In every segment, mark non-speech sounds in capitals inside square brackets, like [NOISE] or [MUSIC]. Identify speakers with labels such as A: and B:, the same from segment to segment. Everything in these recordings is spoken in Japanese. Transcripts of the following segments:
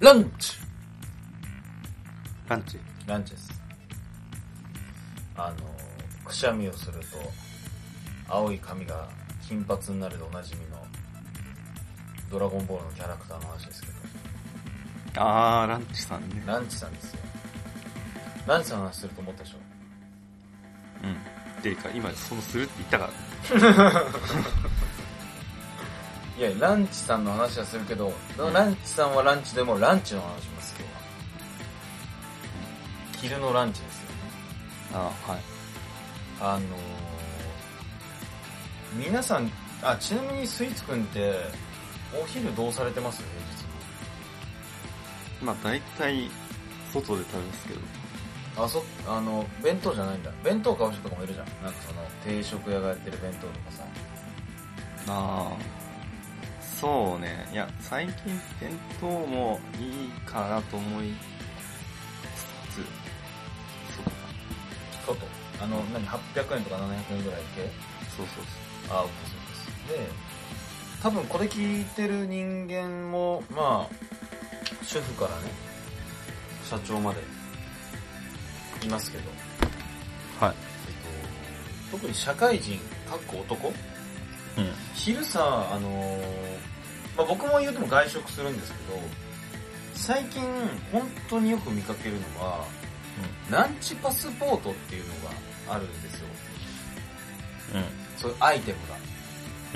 A: ランチ
B: ランチ。
A: ランチです。あの、くしゃみをすると、青い髪が金髪になるでおなじみの、ドラゴンボールのキャラクターの話ですけど、
B: あー、ランチさんね。
A: ランチさんですよ。ランチさんの話すると思ったでしょ
B: うん。っていうか、今、そのするって言ったから。
A: いや、ランチさんの話はするけど、ランチさんはランチでもランチの話します、今日は。昼のランチですよね。
B: あー、はい。
A: あのー、皆さん、あ、ちなみにスイーツくんって、お昼どうされてます平
B: まあ、大体、外で食べますけど。
A: 日。あ、そ、あの、弁当じゃないんだ。弁当買う人とかもいるじゃん。なんかその、定食屋がやってる弁当とかさ。
B: あー、そうね。いや、最近、弁当もいいかなと思いつつ、そうか
A: 外。あの、何、800円とか700円ぐらい系
B: な。そうそう
A: あ、OK そうです。で、多分これ聞いてる人間も、まあ、主婦からね、社長まで、いますけど、
B: そう。はい。
A: えっと、特に社会人、かっこ男
B: うん。
A: 昼さ、あのーまあ、僕も言うても外食するんですけど、最近本当によく見かけるのは、ランチパスポートっていうのがあるんですよ。そういうアイテム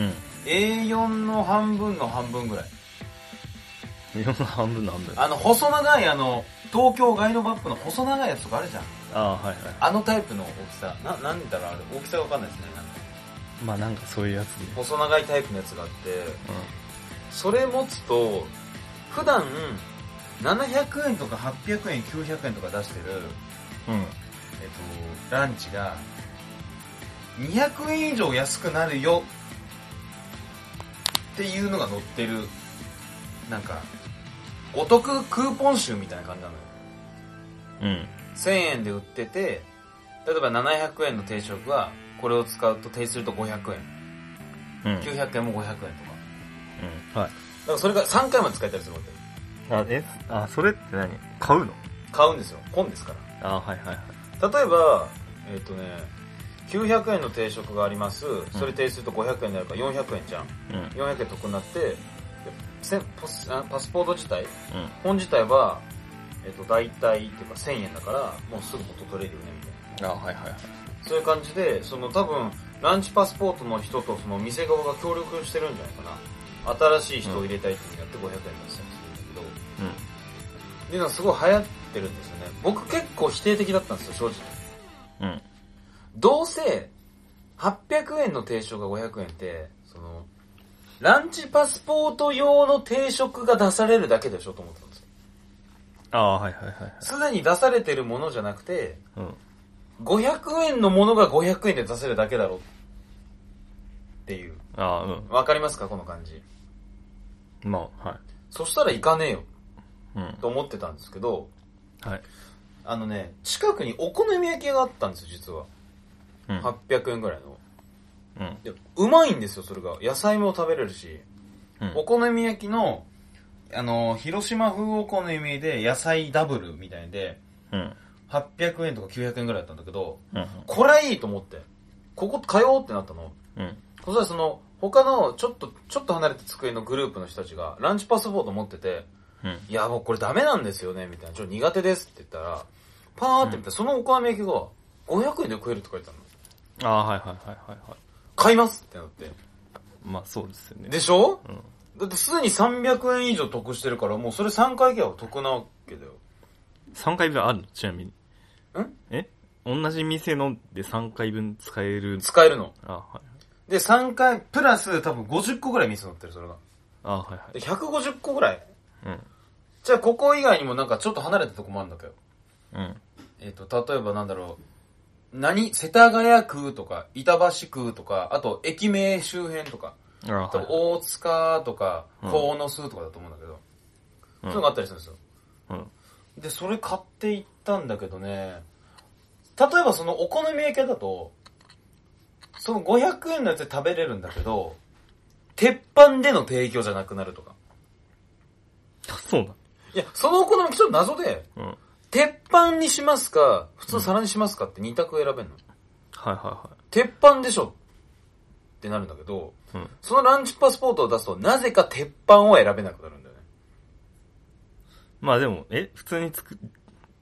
A: が。
B: うん。うん。
A: A4 の半分の半分ぐらい。
B: 日本の半分の半分。
A: あの、細長いあの、東京ガイドバッグの細長いやつとかあるじゃん。
B: あー、はいはい。
A: あのタイプの大きさ。な、なんだろうあれ、大きさわかんないですね。なんか
B: まあ、なんかそういうやつで。
A: 細長いタイプのやつがあって、
B: うん。
A: それ持つと、普段、700円とか800円、900円とか出してる、
B: うん。
A: えっと、ランチが、200円以上安くなるよ、っていうのが載ってる、なんか、お得クーポン集みたいな感じなのよ。
B: うん。
A: 1000円で売ってて、例えば700円の定食は、これを使うと、定すると500円。
B: うん。
A: 900円も500円とか。
B: うん。はい。
A: だからそれが3回まで使えたりするわけ。
B: あ、え、あ、それって何買うの
A: 買うんですよ。本ですから。
B: あ、はいはいはい。
A: 例えば、えっ、とね、900円の定食があります。それ定すると500円になるから400円じゃん。
B: うん。うん。
A: 400円得になって、でせパスあパスポート自体、本自体は、えっ、と、大体っていうか1000円だから、もうすぐ元取れるよね、みたい
B: あ、はいはいはい。
A: な。そういう感じで、その多分、ランチパスポートの人とその店側が協力してるんじゃないかな。新しい人を入れたいっていうのにやって500円出したりするんだけど、っていうのはすごい流行ってるんですよね。僕結構否定的だったんですよ、正直。
B: うん。うん。
A: どうせ、800円の定食が500円って、その、ランチパスポート用の定食が出されるだけでしょと思ってたんですよ。
B: あ、はいはいはいはい。
A: すでに出されてるものじゃなくて、
B: うん。
A: 500円のものが500円で出せるだけだろ。っていう。
B: あ、うん。
A: わかりますかこの感じ。
B: まあ、は
A: そしたら行かねえよ。
B: い。うん。
A: と思ってたんですけど、
B: はい。
A: あのね、近くにお好み焼き屋があったんですよ、実は。
B: うん。
A: 800円ぐらいの。
B: うん。
A: でうまいんですよ、それが。野菜も食べれるし。
B: うん。
A: お好み焼きの、あの、広島風お好み焼きで野菜ダブルみたいで、
B: うん。
A: 800円とか900円ぐらいだったんだけど、
B: うん。
A: これはいいと思って、ここ通おうってなったの。
B: うん。
A: そしたらその、他のちょっと、ちょっと離れた机のグループの人たちが、ランチパスポート持ってて、
B: うん。
A: いや、もうこれダメなんですよね、みたいな。ちょっと苦手ですって言ったら、パーって見たら、そのお好み焼きが、500円で食えるって書いてあるの。
B: あ、はいはいはいはいは
A: 買いますってなって。
B: い。まあ、そうですよね。
A: でしょ
B: うん。
A: だってすでに300円以上得してるから、もうそれ3回行けば得なわけだよ。
B: 3回分あるのちなみに。
A: ん
B: え同じ店ので3回分使える。
A: 使えるの。
B: あ、はい。
A: で、3回、プラス多分50個ぐらいミス乗ってる、それが。
B: あ、はいは
A: で、150個ぐらい。
B: い。
A: じゃあ、ここ以外にもなんかちょっと離れたとこもあるんだけど。
B: うん。うん。
A: えっ、と、例えばなんだろう。何世田谷区とか、板橋区とか、あと、駅名周辺とか、
B: あ、
A: あと
B: は
A: 大塚とか、
B: うん
A: 鴻巣とかだと思うんだけど、そうい
B: い。う
A: うんのがあったりするんですよ。
B: うん。
A: で、それ買っていったんだけどね、例えばそのお好み焼き屋だと、その500円のやつで食べれるんだけど、鉄板での提供じゃなくなるとか。
B: あそうなの
A: いや、そのお好み焼きちょっと謎で、
B: うん。はい
A: 鉄板にしますか、普通皿にしますかって2択選べんの。
B: はいは
A: 鉄板でしょってなるんだけど、
B: い。うん。
A: そのランチパスポートを出すと、なぜか鉄板を選べなくなるんだよね。
B: まあでも、え、普通に作っ、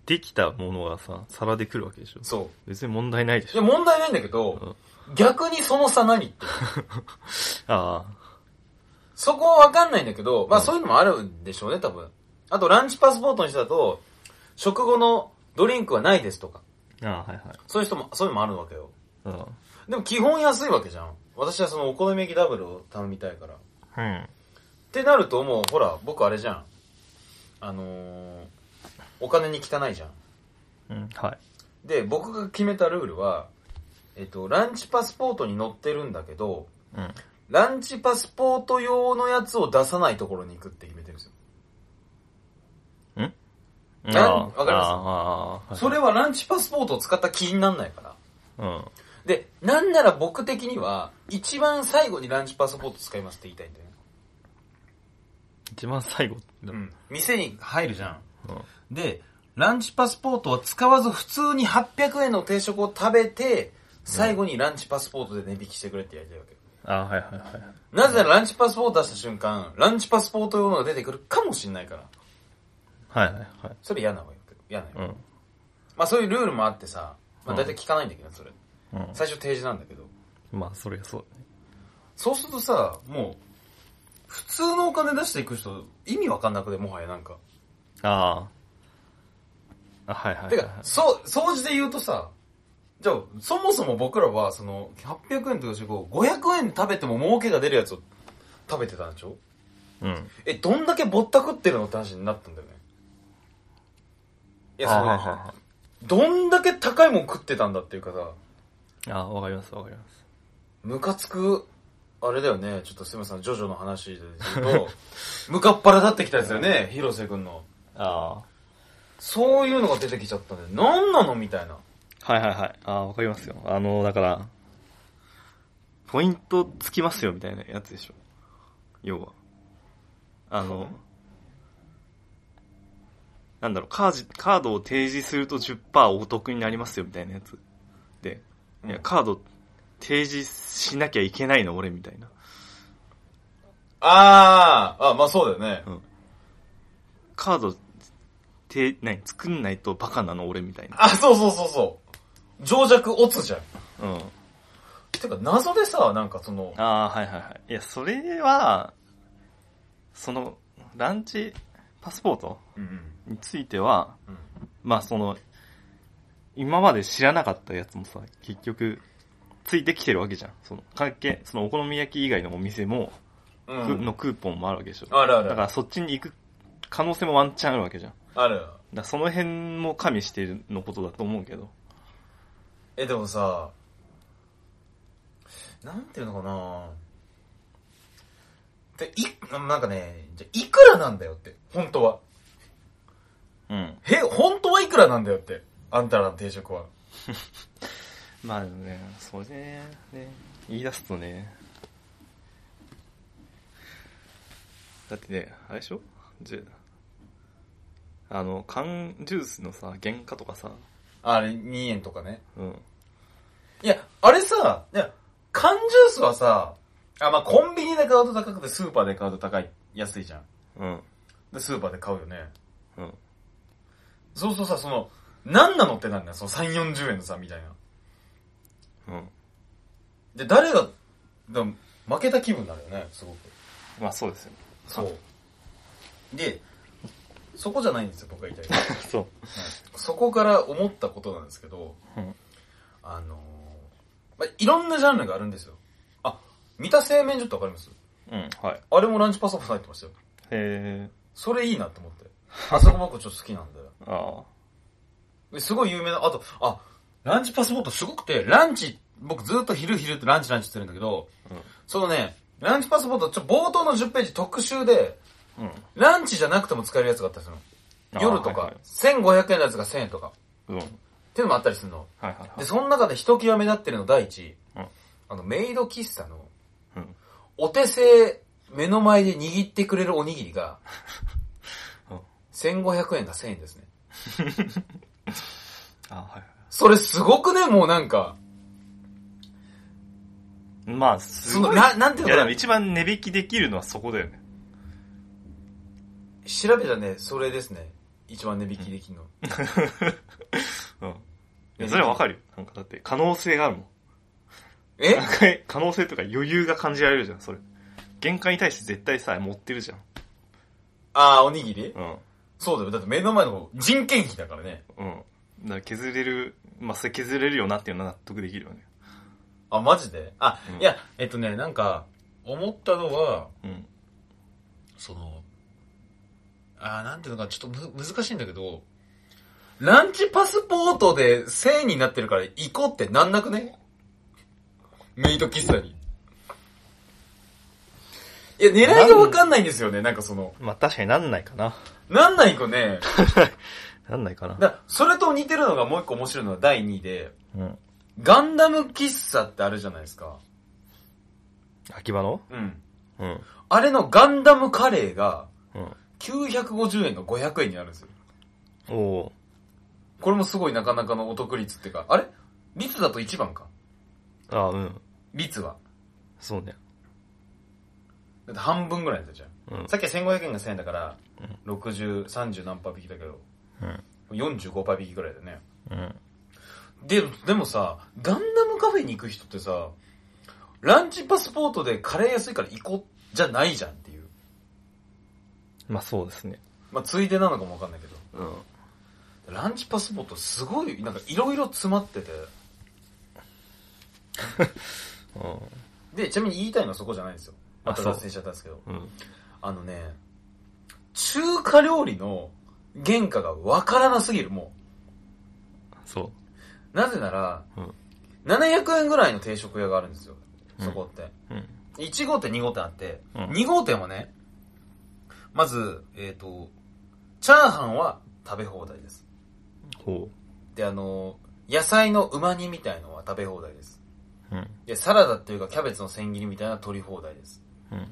B: できたものがさ、皿で来るわけでしょ
A: そ
B: 別に問題ないで
A: う。
B: し
A: で、
B: ょ
A: 問題ないんだけど、逆にその差何って。
B: ああ。
A: そこはわかんないんだけど、まあ
B: うん
A: そういうのもあるんでしょうね、多分。あと、ランチパスポートにしたと、食後のドリンクはないですとか、
B: ああ、はいはい。
A: そういう人も、そういうのもあるわけよ。
B: うん。
A: でも基本安いわけじゃん。私はそのお好み焼きダブルを頼みたいから。
B: うん。
A: ってなるともう、ほら、僕あれじゃん。あのー、お金に汚いじゃん。
B: うん、はい。
A: で、僕が決めたルールは、えっと、ランチパスポートに載ってるんだけど、
B: うん。
A: ランチパスポート用のやつを出さないところに行くって決めてるんですよ。なん
B: ああ
A: わかります
B: ああああ、
A: それ
B: は
A: はランチパスポートを使った気になんないから。
B: い、うん。
A: で、なんなら僕的には、一番最後にランチパスポート使いますって言いたいんだよね。
B: 一番最後。う。
A: うんん。店に入るじゃん。で、ランチパスポートは使わず普通に800円の定食を食べて、最後にランチパスポートで値引きしてくれってやりたいわけ。
B: ああ、はいはいはい。
A: なぜならランチパスポート出した瞬間、ランチパスポート用のが出てくるかもしれないから。
B: はいはいはい。
A: それ嫌なわよ。嫌なのよ。
B: うん。
A: まあそういうルールもあってさ、まあ大体聞かないんだけど、それ。
B: うん。
A: 最初提示なんだけど。
B: まあ、それがそうだね。
A: そうするとさ、もう、普通のお金出していく人、意味わかんなくて、もはやなんか。
B: ああ。あ、はいはいはい。
A: てか、そう、掃除で言うとさ、じゃあ、そもそも僕らは、その、800円とかしてこう、500円食べても儲けが出るやつを食べてたんでしょ
B: うん。
A: え、どんだけぼったくってるのって話になったんだよね。い
B: い
A: や、
B: あ
A: そ
B: あ、はいはい
A: の、
B: はい。
A: どんだけ高いもん食ってたんだっていうかさ、
B: ああ、わかりますわかります。
A: ムカつく、あれだよね、ちょっとすみません、ジョジョの話で言
B: [LAUGHS]
A: うと、ムカっ腹立ってきたやつだよね、広瀬くんの。
B: あ
A: そういうのが出てきちゃったんで、なんなのみたいな。
B: あ。はいはいはい。ああ、わかりますよ。あの、だから、ポイントつきますよみたいなやつでしょ。要は。あの、なんだろう、カージカードを提示すると10%お得になりますよみたいなやつ。で、いや、
A: うん
B: カード提示しなきゃいけないの俺みたいな。
A: あー、あ、まあそうだよね。
B: カード、て、何、作んないとバカなの俺みたいな。
A: あ、そうそうそうそう。情弱オツじゃん。
B: うん。
A: てか、謎でさ、なんかその、
B: ああ、はいはいはい。いや、それは、その、ランチパスポート
A: うん
B: については、
A: うん。
B: まあその、今まで知らなかったやつもさ、結局、ついてきてるわけじゃん。その、関係、そのお好み焼き以外のお店も、
A: うん。
B: く
A: うん、
B: のクーポンもあるわけでしょ。
A: あるあ
B: だか
A: る。
B: らそっちに行く可能性もワンチャンあるわけじゃん。だか
A: ある。
B: らその辺も加味してるのことだと思うけど。
A: え、でもさ、なんていうのかなで、い、なんかね、じゃあいくらなんだよって、本当は。
B: うん。
A: え、本当はいくらなんだよって。あんたらの定食は。
B: まあね、それね、言い出すとね。だってね、あれでしょじゅあの、缶ジュースのさ、原価とかさ、
A: あれ、2円とかね。
B: うん。
A: いや、あれさ、いや、缶ジュースはさ、あ、まあコンビニで買うと高くて、スーパーで買うと高い、安いじゃん。
B: うん。
A: で、スーパーで買うよね。
B: うん。
A: そうそうさ、その、何なのってなんだよ、その3、40円のさ、みたいな。
B: うん。
A: で、誰が、でも負けた気分になるよね、すごく。
B: まあそうですよ。 [LAUGHS]
A: そう。で、そこじゃないんですよ、僕が言いたい
B: [LAUGHS]
A: のははい
B: そう。
A: そこから思ったことなんですけど、
B: うん。
A: あのーまあ、いろんなジャンルがあるんですよ。あ、見た製麺所ってわかります
B: うん、はい。
A: あれもランチパスタ入ってましたよ。
B: へえ
A: それいいなって思
B: [LAUGHS]
A: って。あそこ僕ちょっと好きなんだよ。
B: ー、あ
A: ですごい有名な、あと、あ、ランチパスポートすごくて、ランチ、僕ずっと昼昼ってランチランチって言ってるんだけど、
B: うん
A: そのね、ランチパスポート、ちょ、冒頭の10ページ特集で、
B: あ。うん。
A: ランチじゃなくても使えるやつがあったりする
B: あ
A: の。
B: ー
A: 夜と
B: はい
A: か
B: はい、
A: 1500円のやつが1000円とか、っ
B: うん。はい
A: ていうのもあったりするの。
B: はいはい。
A: で、その中でひときわ目立ってるの第一、
B: うん
A: あの、メイド喫茶の、
B: うん。
A: お手製、目の前で握ってくれるおにぎりが
B: うん、
A: 1500円か1000円ですね。
B: あ、はいは
A: それすごくね、もうなんか。
B: い。まあ、す
A: そ
B: ご
A: の、
B: い。
A: な、なんてい
B: いう
A: のか
B: や、でも
A: な
B: 一番値引きできるのはそこだよね。
A: 調べたらね、それですね。一番値引きできるの。
B: うん。いや、それはわかるよ。なんかだって、可能性があるもん。
A: え
B: なんか可能性とか余裕が感じられるじゃん、それ。限界に対して絶対さ、持ってるじゃん。
A: ああ、おにぎり
B: うん。
A: そうだよ。だって目の前の人件費だからね。
B: うん。だから削れる、まあ、それ削れるよなっていうのは納得できるよね。
A: あ、マジであ、
B: うん
A: いや、えっとね、なんか、思ったのは、
B: うん。
A: その、あーなんていうのか、ちょっとむ難しいんだけど、ランチパスポートで1000円になってるから行こうってなんなくねメイド喫茶に。いや、狙いがわかんないんですよね、なんかその。
B: まあ、確かになんないかな。
A: なんないかね。
B: なんないかな。
A: だそれと似てるのがもう一個面白いのは第2位で、
B: うん。
A: ガンダム喫茶ってあるじゃないですか。
B: 秋葉の
A: うん。
B: うん。
A: あれのガンダムカレーが、
B: うん。
A: 950円が500円になるんですよ。
B: おお
A: これもすごいなかなかのお得率っていうか、あれ率だと1番か。
B: ー。ああ、うん。
A: 率は。
B: そうね。
A: だって半分ぐらいだったじゃん。
B: うん。
A: さっきは1500円が1000円だから、60、30何パー引きだけど、
B: うん。
A: 45パー引きぐらいだよね。
B: うん。
A: で、でもさ、ガンダムカフェに行く人ってさ、ランチパスポートでカレー安いから行こうじゃないじゃんっていう。
B: まあ、そうですね。
A: まあ、ついでなのかもわかんないけど。
B: うん。
A: ランチパスポートすごい、なんかいろいろ詰まってて。で、ちなみに言いたいのはそこじゃないんですよ。ま
B: あ
A: た
B: そう
A: 脱線しちゃったんですけど。
B: うん。うん。
A: あのね、中華料理の原価がわからなすぎる、も。
B: そう
A: なぜなら、
B: う。うん。
A: 700円ぐらいの定食屋があるんですよ。そこって。
B: うん。
A: 1号店、2号店あって、
B: うん
A: 2号店はね、まず、えっ、と、チャーハンは食べ放題です。
B: ほ
A: で、あの、野菜の旨煮みたいのは食べ放題です。
B: う。うん。
A: で、サラダっていうかキャベツの千切りみたいなのは取り放題です。
B: うん。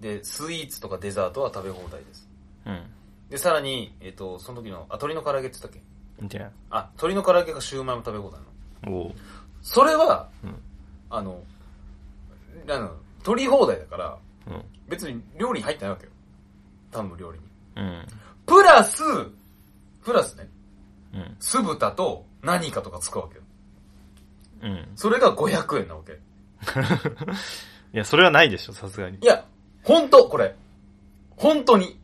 A: で、スイーツとかデザートは食べ放題です。
B: うん。
A: で、さらに、えっ、と、その時の、あ、鶏の唐揚げって言ったっけ
B: じゃ
A: あ、鶏の唐揚げかシューマイも食べ放題なの。
B: あ。おお。
A: それは、
B: うん。
A: あの、あの、取り放題だから、
B: うん。
A: 別に料理に入ってないわけよ。頼む料理に。
B: うん。
A: プラス、プラスね、
B: うん。
A: 酢豚と何かとかつくわけよ。
B: うん。
A: それが500円なわけ。
B: いや、それはないでしょ、さすがに
A: い。や、ほんと、これ。本当に。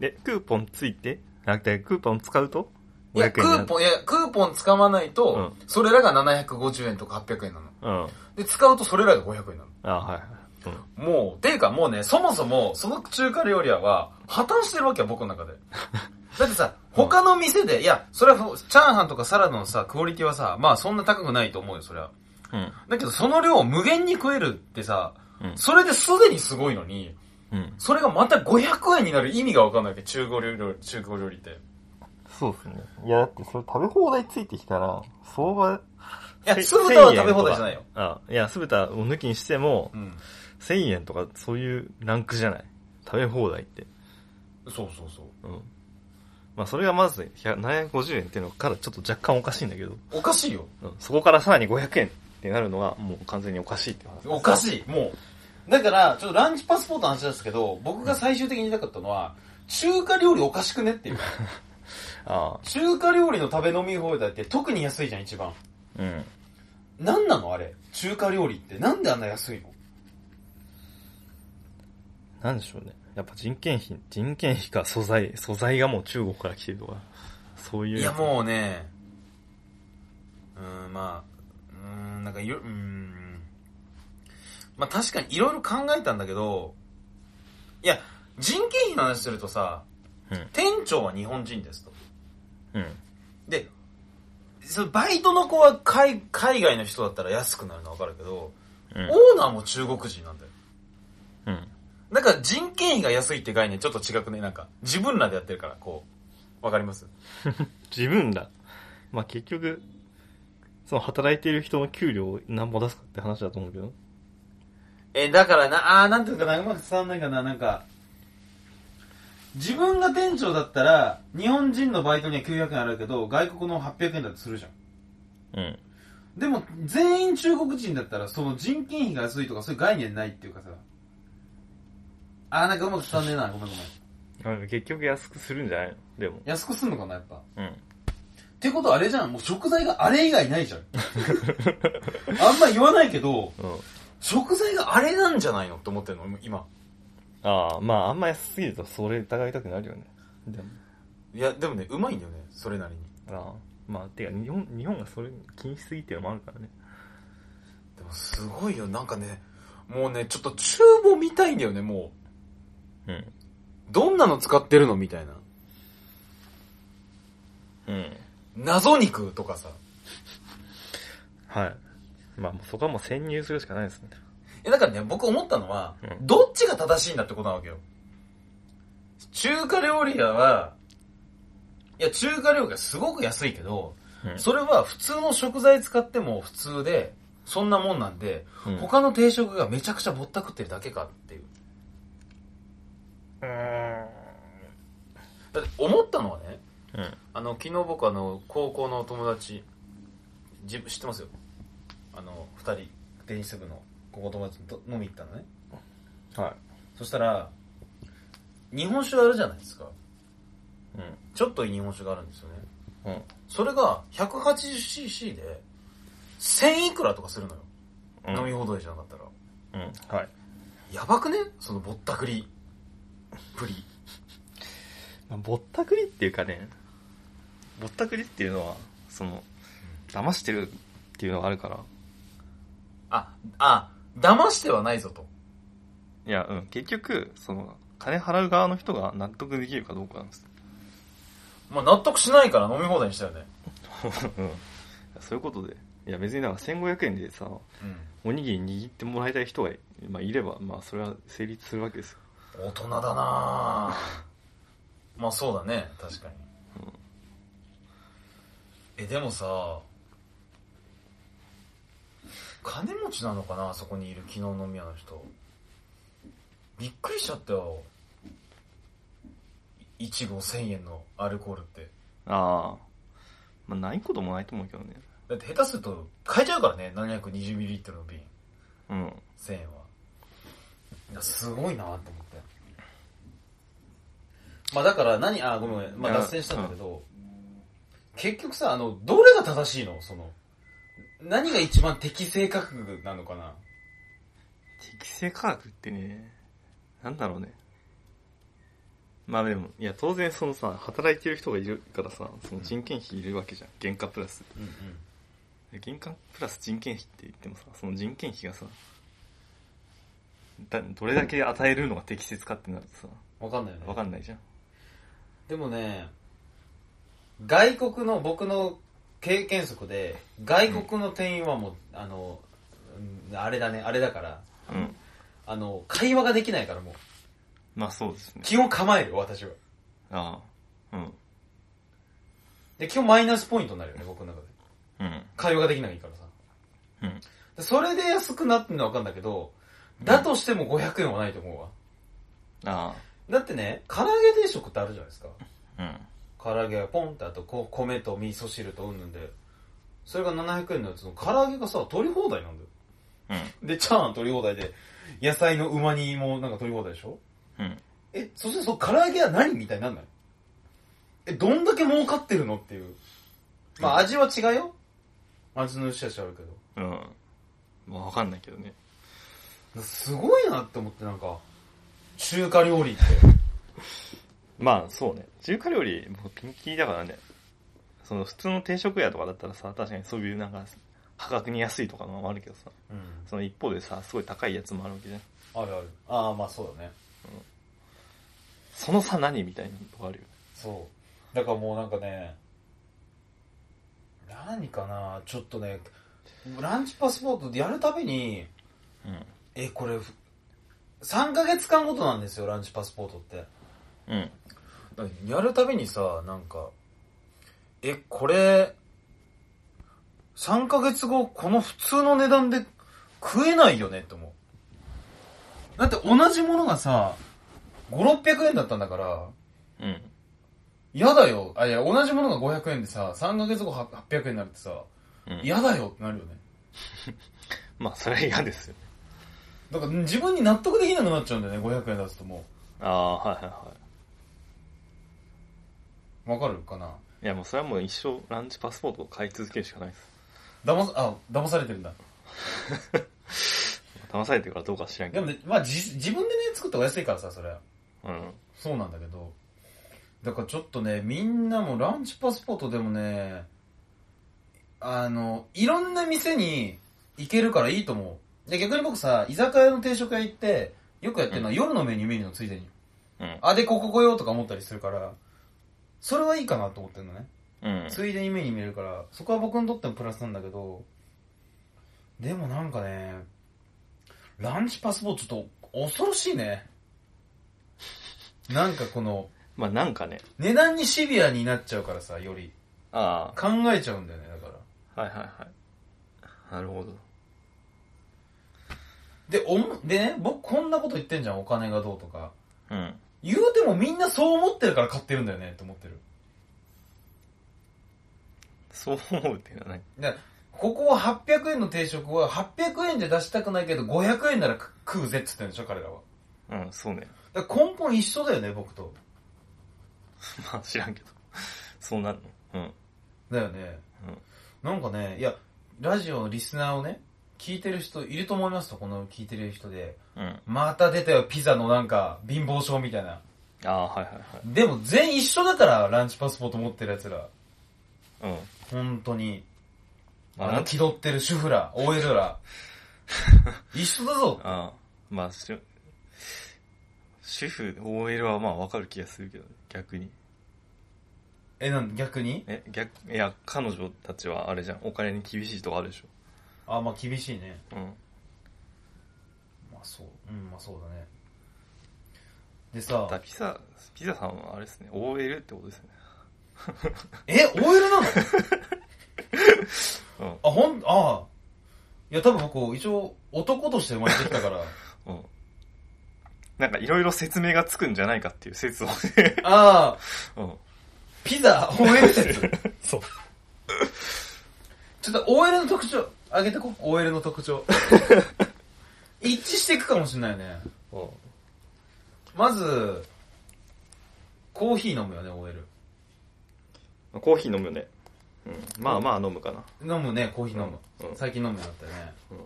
B: え、クーポンついてなくて、クーポン使うと
A: いや、クー
B: ン。
A: ポン、いや、クーポン使わないと、
B: う
A: それらが750円とか800円なの。
B: うん。
A: で、使うとそれらが500円なの。
B: あはい。うん。
A: もう、ていうかもうね、そもそも、その中華料理屋は、破綻してるわけよ、僕の中
B: [LAUGHS]
A: で。だってさ、他の店で、いや、それはふ、チャーハンとかサラダのさ、クオリティはさ、まあそんな高くないと思うよ、そりゃ。
B: うん。
A: だけど、その量を無限に食えるってさ、
B: うん
A: それですでにすごいのに、
B: うん。
A: それがまた500円になる意味がわかんないわけ、中華料理、中華料理って。い
B: そうですね。いや、だってそれ食べ放題ついてきたら、相場、
A: や、
B: せ
A: 酢豚は
B: 1000円
A: 食べ放題じゃないよ。
B: とか。あいや、酢豚を抜きにしても
A: う、ん。
B: 1000円とかそういうランクじゃない。食べ放題って。
A: そうそうそう。
B: うん。まあ、それがまずね、100 750円っていうのからちょっと若干おかしいんだけど、
A: おかしいよ。
B: うん、そこからさらに500円ってなるのが、もう完全におかしいって話。
A: おかしい、もう。だから、ちょっとランチパスポートの話なんですけど、僕が最終的に言いたかったのは、中華料理おかしくねっていう。
B: あ
A: 中華料理の食べ飲み放題って特に安いじゃん、一番。
B: あ。うん。
A: なんなのあれ。中華料理って。なんであんな安いの
B: なんでしょうね。やっぱ人件費、人件費か素材、素材がもう中国から来てるとか、そういう。
A: いや、もうね、うーん、まあ、うーん、なんかいろ、うーん。まあ確かにいろいろ考えたんだけど、いや、人件費の話するとさ、
B: うん
A: 店長は日本人ですと。
B: う。うん。
A: で、そのバイトの子は海海外の人だったら安くなるのはわかるけど、
B: うん。
A: オーナーも中国人なんだよ。
B: うん。
A: だから人件費が安いって概念ちょっと違くね、なんか。自分らでやってるから、こう。わかります
B: 自分ら。まあ、結局、その働いてる人の給料を何ぼ出すかって話だと思うけど。
A: え、だからな、あーなんていうのかな、うまく伝わんないかな、なんか。
C: 自分が店長だったら、日本人のバイトには900円あるけど、外国の800円だとするじゃん。
B: うん。
C: でも、全員中国人だったら、その人件費が安いとか、そういう概念ないっていうかさ。あー、なんかうまく伝わんねえな。ごめんごめん。
B: なんか結局安くするんじゃないのでも。
C: 安くすんのかな、やっぱ。っ
B: うん。
C: てことはあれじゃん。もう食材があれ以外ないじ
A: [LAUGHS]
C: ゃん。あんま言わないけど、
B: うん。
A: 食材があれなんじゃないのって思ってるの今
B: ああ、まああんま安すぎるとそれ疑いたくなるよね。でも。
A: いやでもねうまいんだよねそれなりに
B: ああ。まあ、てか日本、日本がそれ気にしすぎっていうのもあるからね。
A: でもすごいよなんかねもうねちょっと厨房見たいんだよねも
B: うん。
A: うどんなの使ってるのみたいな
B: うん。
A: 謎肉とかさ
B: はい。まあもうそこはもう潜入するしかないですね。
A: えだからね僕思ったのは、
B: うん
A: どっちが正しいんだってことなわけよ中華料理屋はいや中華料理がすごく安いけど、
B: うん
A: それは普通の食材使っても普通でそんなもんなんで、
B: うん
A: 他の定食がめちゃくちゃぼったくってるだけかっていうだって思ったのはね
B: うん。
A: あの昨日僕あの高校の友達自分知ってますよあの2人テニス部の高校友達と飲み行ったのね
B: は
A: そしたら日本酒あるじゃないですか
B: い。
A: ちょっといい日本酒があるんですよね
B: うん。うん。
A: それが 180cc で1000いくらとかするのよ、
B: うん
A: 飲み放題じゃなかったら
B: うん。はい。
A: やばくねそのぼったくりプリ
B: まあ、ぼったくりっていうかね、ぼったくりっていうのは、その、騙してるっていうのがあるから。
A: ああ騙してはないぞと
B: いや、うん。結局、その、金払う側の人が納得できるかどうかなんです。
A: まあ納得しないから飲み放題にしたよね
B: [LAUGHS] うん。そういうことで。いや、別になんか1500円でさ、
A: うん
B: おにぎり握ってもらいたい人が、まあ、いれば、まあ、それは成立するわけですよ。
A: 大人だなぁまあそうだね確かに、えでもさ金持ちなのかなあそこにいる昨日飲み屋の人びっくりしちゃったよ1合1000円のアルコールって
B: ああ。まあ、ないこともないと思うけどね。
A: だって下手すると買えちゃうからね 720ml の瓶
B: うん。
A: 1000円はすごいなと思って
C: まあだから何、あー、ごめんごめん。まあ脱線したんだけど、
A: 結局さあのどれが正しいのその
C: 何が一番適正価格なのかな
B: 適正価格ってね、なんだろうね。まあでも、いや、当然そのさ、働いてる人がいるからさ、その人件費いるわけじゃん。原価プラス。
C: うんうん。
B: 原価プラス人件費って言ってもさ、その人件費がさ、だどれだけ与えるのが適切かってなるとさ、
C: わかんないよね
B: わ。かんないじゃん。
C: でもね、外国の、僕の経験則で、外国の店員はもう、あの、うんあれだね、あれだから、
B: うん。
C: あの、会話ができないからもう、
B: まあそうですね。
C: 基本構えるよ、私は。
B: ああ。うん。
C: で、基本マイナスポイントになるよね、僕の中で。
B: うん。
C: 会話ができないからさ。
B: うん。
C: でそれで安くなってんのはわかんだけど、だとしても500円はないと思うわ。
B: あ
C: だってね、唐揚げ定食ってあるじゃないですか。
B: あ。うん。
C: 唐揚げがポンってあとこ米と味噌汁とうんぬんで、それが700円のやつの唐揚げがさ、取り放題なんだよ。
B: う
C: で、チャーン取り放題で、野菜の旨煮もなんか取り放題でしょ
B: ん。うん。
C: え、そしてその唐揚げは何みたいになんないえ、どんだけ儲かってるのっていう。まあ味は違うよ。味の良し悪しあるけど。
B: うん。まあわかんないけどね。
C: すごいなって思ってなんか、中華料理って。
B: まあそうね中華料理もうピンキリだからねその普通の定食屋とかだったらさ確かにそういうなんか破格に安いとかのもあるけどさ
C: [LAUGHS] うん。
B: その一方でさすごい高いやつもあるわけじゃん
C: あるある。ああ、まあそうだね。
B: その差何みたいなとこあるよ
C: そう。だからもうなんかね、何かなちょっとね、ランチパスポートでやるたびに、え、これ、3ヶ月間ごとなんですよ、ランチパスポートって。
B: うんうん
A: やるたびにさなんかえこれ3ヶ月後この普通の値段で食えないよねって思
C: だって同じものがさ、5、600円だったんだから、
B: うん。
A: 嫌だよ。あ、いや、同じものが500円でさ、3ヶ月後は800円になるってさ、
B: うん、
A: 嫌だよってなるよね。
B: まあ、それは嫌ですよ。
A: だから自分に納得できなくなっちゃうんだよね、500円出すとも
B: ああ、はいはいは。
A: う。わかるかない
B: いや、もうそれはもう一生ランチパスポートを買い続けるしかないです。
A: 騙さ、あ、騙されてるんだ。
B: 騙されてるからどうか知らん
A: で
B: けど。
A: もね、まあじ、自分でね、作った方が安いからさ、それは。
B: うん。
A: そうなんだけど。だからちょっとね、みんなもランチパスポートでもね、あの、いろんな店に行けるからいいと思う。で、逆に僕さ、居酒屋の定食屋行って、よくやってるのは夜のメニュー見るのついでに。
B: うん。
A: あ、で、ここ来ようとか思ったりするから、それはいいかなと思ってるのね。
B: うん。
A: ついでに目に見れるから、そこは僕にとってもプラスなんだけど、でもなんかね、ランチパスポートちょっと恐ろしいね。なんかこの、
B: まあ、なんかね。
A: 値段にシビアになっちゃうからさ、より。
B: あ
A: 考えちゃうんだよね、だから。
B: あ、はいはいはい。なるほど。
A: で、おも、でね、僕こんなこと言ってんじゃん、お金がどうとか。
B: うん。
A: 言うてもみんなそう思ってるから買ってるんだよね、って思ってる。
B: そう思うっていうのはね。
A: でここは800円の定食は800円じゃ出したくないけど500円なら食食うぜっつってんでしょ彼らは。
B: うん、そうね。
A: だから根本一緒だよね僕と。
B: まあ、 [LAUGHS] 知らんけど。そうなるの。うん。
A: だよね。なんかね、いや、ラジオのリスナーをね、聞いてる人いると思いますと、この聞いてる人で。
B: うん。うん。
A: また出たよ、ピザのなんか、貧乏症みたいな。
B: ああ、はいはい
A: でも全員一緒だから、ランチパスポート持ってる奴ら。
B: はい。うん。
A: 本当に。
B: まあ
A: あの、気取ってる主婦ら、OL [LAUGHS] ら。一緒だぞ。
B: ああ、まあ、しゅ主婦、OL はまあわかる気がするけど、ね、逆に。
A: え、なん逆に
B: え、逆、いや、彼女たちはあれじゃん、お金に厳しいとこあるでし
A: あ、まあ厳しいね。
B: ょ。うん。
A: まあそう、うん、まあそうだね。でさ
B: だから、ピザ、ピザさんはあれですね、OL ってことですね。
A: え、OL なの
B: うん
A: あ、ほん、ああ。いや、多分僕、一応、男として生まれてきた
B: [LAUGHS]
A: から。。
B: うん。なんかいろいろ説明がつくんじゃないかっていう説をね。 [LAUGHS]
A: ああ、
B: うん。
A: ピザ、OL 説。
B: そう。
A: ちょっと OL の特徴、あげてこ。OL の特
B: [LAUGHS]
A: 徴。一致していくかもしれないね。
B: うん。
A: まず、コーヒー飲むよね、OL。
B: まあコーヒー飲むよね。うん。まあまあ飲むかな。
A: 飲むね、コーヒー飲む。
B: うん
A: 最近飲むようになったよね。
B: うん。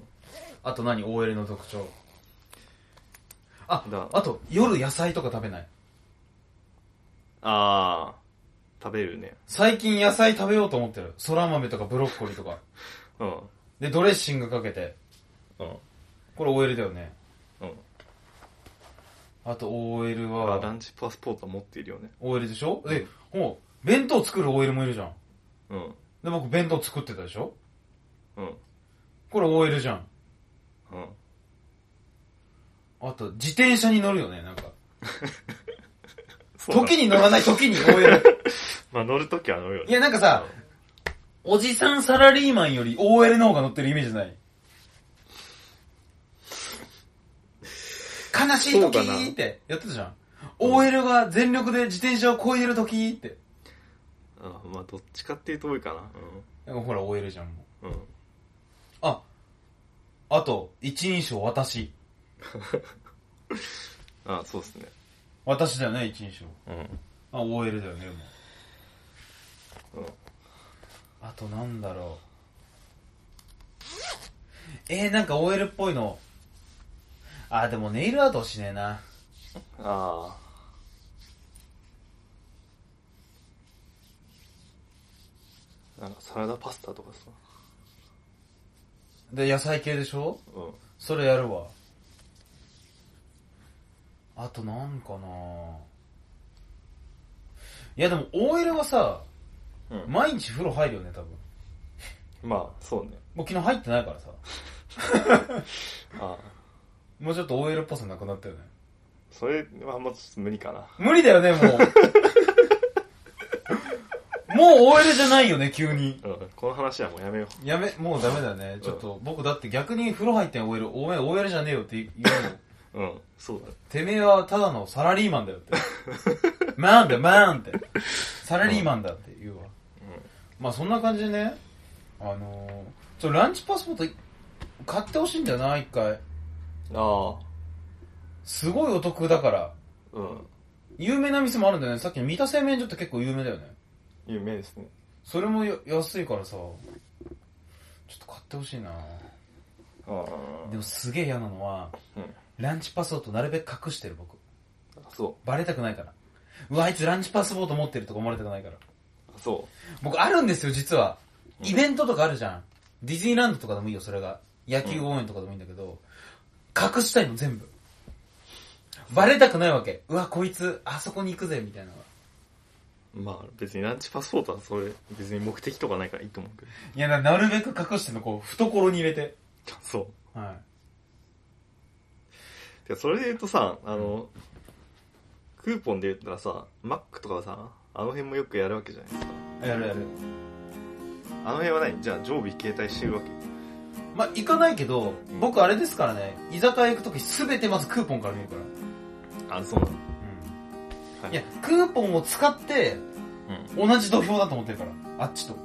A: あと何 ?OL の特徴。あ
B: だ、
A: あと、夜野菜とか食べない。
B: ああ、食べるね。
A: 最近野菜食べようと思ってる。そら豆とかブロッコリーとか。
B: うん。
A: で、ドレッシングかけて。
B: うん。
A: これ OL だよね。
B: うん。
A: あと OL
B: まあラ
A: は、
B: ンチパスポートは持っているよね。
A: OL でしょで、ほう、弁当作る OL もいるじゃん。
B: うん。
A: で、僕弁当作ってたでしょ
B: うん。
A: これ OL じゃん。
B: うん。
A: あと、自転車に乗るよね、なんか。
B: そうだ
A: 時に乗らない時に OL。
B: まあ乗るときは乗るよ
A: い
B: ね。
A: や、なんかさ、おじさんサラリーマンより OL の方が乗ってるイメージない悲しい
B: そう
A: 時
B: だな
A: ーってやってたじゃん。OL が全力で自転車をこいでる時ーって。
B: あまあどっちかっていうと多いかな。
A: なんかほら OL じゃん。もう
B: うん。うん。
A: あ、あと、一人称私。
B: あそうですね。
A: 私だよね、一人称。
B: うん。
A: あ、OL だよね、もう。
B: うん。
A: あとなんだろう。えー、なんか OL っぽいの。あー、でもネイルアートはしねえな。
B: ああ。なんかサラダパスタとかさ。
A: で、野菜系でしょ
B: うん。
A: それやるわ。あとなんかないやでも OL はさ、
B: うん。
A: 毎日風呂入るよね、多分。
B: まあ、そうね。
A: もう昨日入ってないからさ。
B: ああ。
A: もうちょっと OL っぽさなくなったよね。
B: それはもうちょっと無理かな。
A: 無理だよね、もう。もう OL じゃないよね、急に。
B: うん。この話はもうやめよ
A: やめ、もうダメだね。ちょっと、僕だって逆に風呂入ってん OL、お前 OL じゃねえよって言うの。
B: う。うん。そうだね。
A: てめえはただのサラリーマンだよって。マンだ、マンって。サラリーマンだって言うわ。まあそんな感じでね、あのー、ちょ、ランチパスポート買ってほしいんじゃない一回。
B: あ
A: すごいお得だから。
B: あ、うん。
A: 有名な店もあるんだよね。さっきの三田製麺所って結構有名だよね。
B: 有名ですね。
A: それもよ安いからさ、ちょっと買ってほしいな
B: あ
A: でもすげえ嫌なのは、
B: うん
A: ランチパスポートなるべく隠してる僕。
B: あ、そ
A: バレたくないから。うわ、あいつランチパスポート持ってるとか思われたくないから。
B: う、あそ
A: 僕あるんですよ、実は。
B: うん
A: イベントとかあるじゃん。ディズニーランドとかでもいいよ、それが。野球応援とかでもいいんだけど、隠したいの全部。バレたくないわけ。うわ、こいつ、あそこに行くぜ、みたいなのが。
B: う。まあ、別にランチパスポートはそれ、別に目的とかないからいいと思うけど。
A: いや、ななるべく隠してんの、こう、懐に入れて。
B: [LAUGHS] そう。
A: は
B: てかそれで言うとさ、あの、クーポンで言ったらさ、マックとかはさ、あの辺もよくやるわけじゃないですか。
A: い。やるやる。
B: あの辺はないじゃあ常備携帯してるわけ。
A: まあ、行かないけど
B: う、ん
A: 僕あれですからね、居酒屋行くときすべてまずクーポンから見るから。
B: あ、そうなの。
A: うん。
B: はい
A: いや、クーポンを使って、
B: うん。
A: 同じ土俵だと思ってるから。あっちと。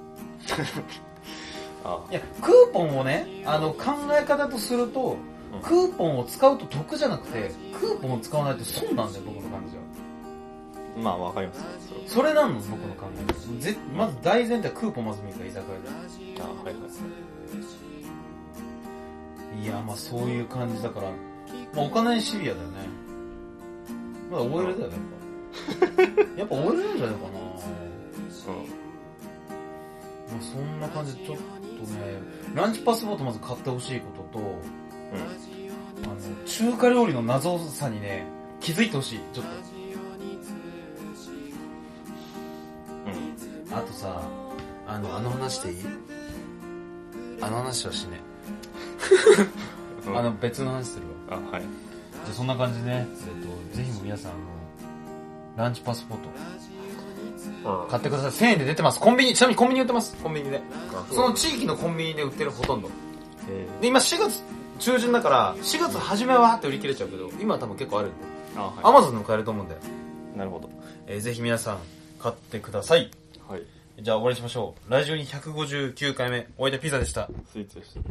B: あ
A: いや、クーポンをね、あの、考え方とすると
B: うん、
A: クーポンを使うと得じゃなくて、クーポンを使わないと損なんだよ、僕の感じは。
B: まあわかります。
A: それなんの、僕の考えぜまず大前提はクーポンまず見るから、居酒屋
B: あはいはい。
A: で。いや、まあそういう感じだから、まあお金にシビアだよね。まだ OL だよね、 [LAUGHS] やっぱ。やっぱ OL なんじゃないかな
B: う
A: まあそんな感じで、ちょっとね、ランチパスポートまず買ってほしいことと、
B: ん。うん。
A: あの、中華料理の謎さにね、気づいてほしい、ちょっと。あとさ、あの、あの話でいいあの話はしね
B: う
A: え。
B: ん
A: あの、別の話するわ。
B: あ、はい。
A: じゃあそんな感じでね、えっと、ぜひも皆さん、あの、ランチパスポート、買ってください。1000円で出てます。コンビニ、ちなみにコンビニ売ってます。コンビニで。
B: あ
A: その地域のコンビニで売ってるほとんど。
B: え
A: で、今4月中旬だから、4月初めはわーって売り切れちゃうけど、今は多分結構あるんで。
B: ー、あ、
A: アマ
B: は
A: ゾンでも買えると思うんで、
B: い。なるほど。
A: えーぜひ皆さん、買ってください。
B: はい。
A: じゃあ終わりにしましょう。来週に159回目、おいでピザでした。
B: スイーツでした。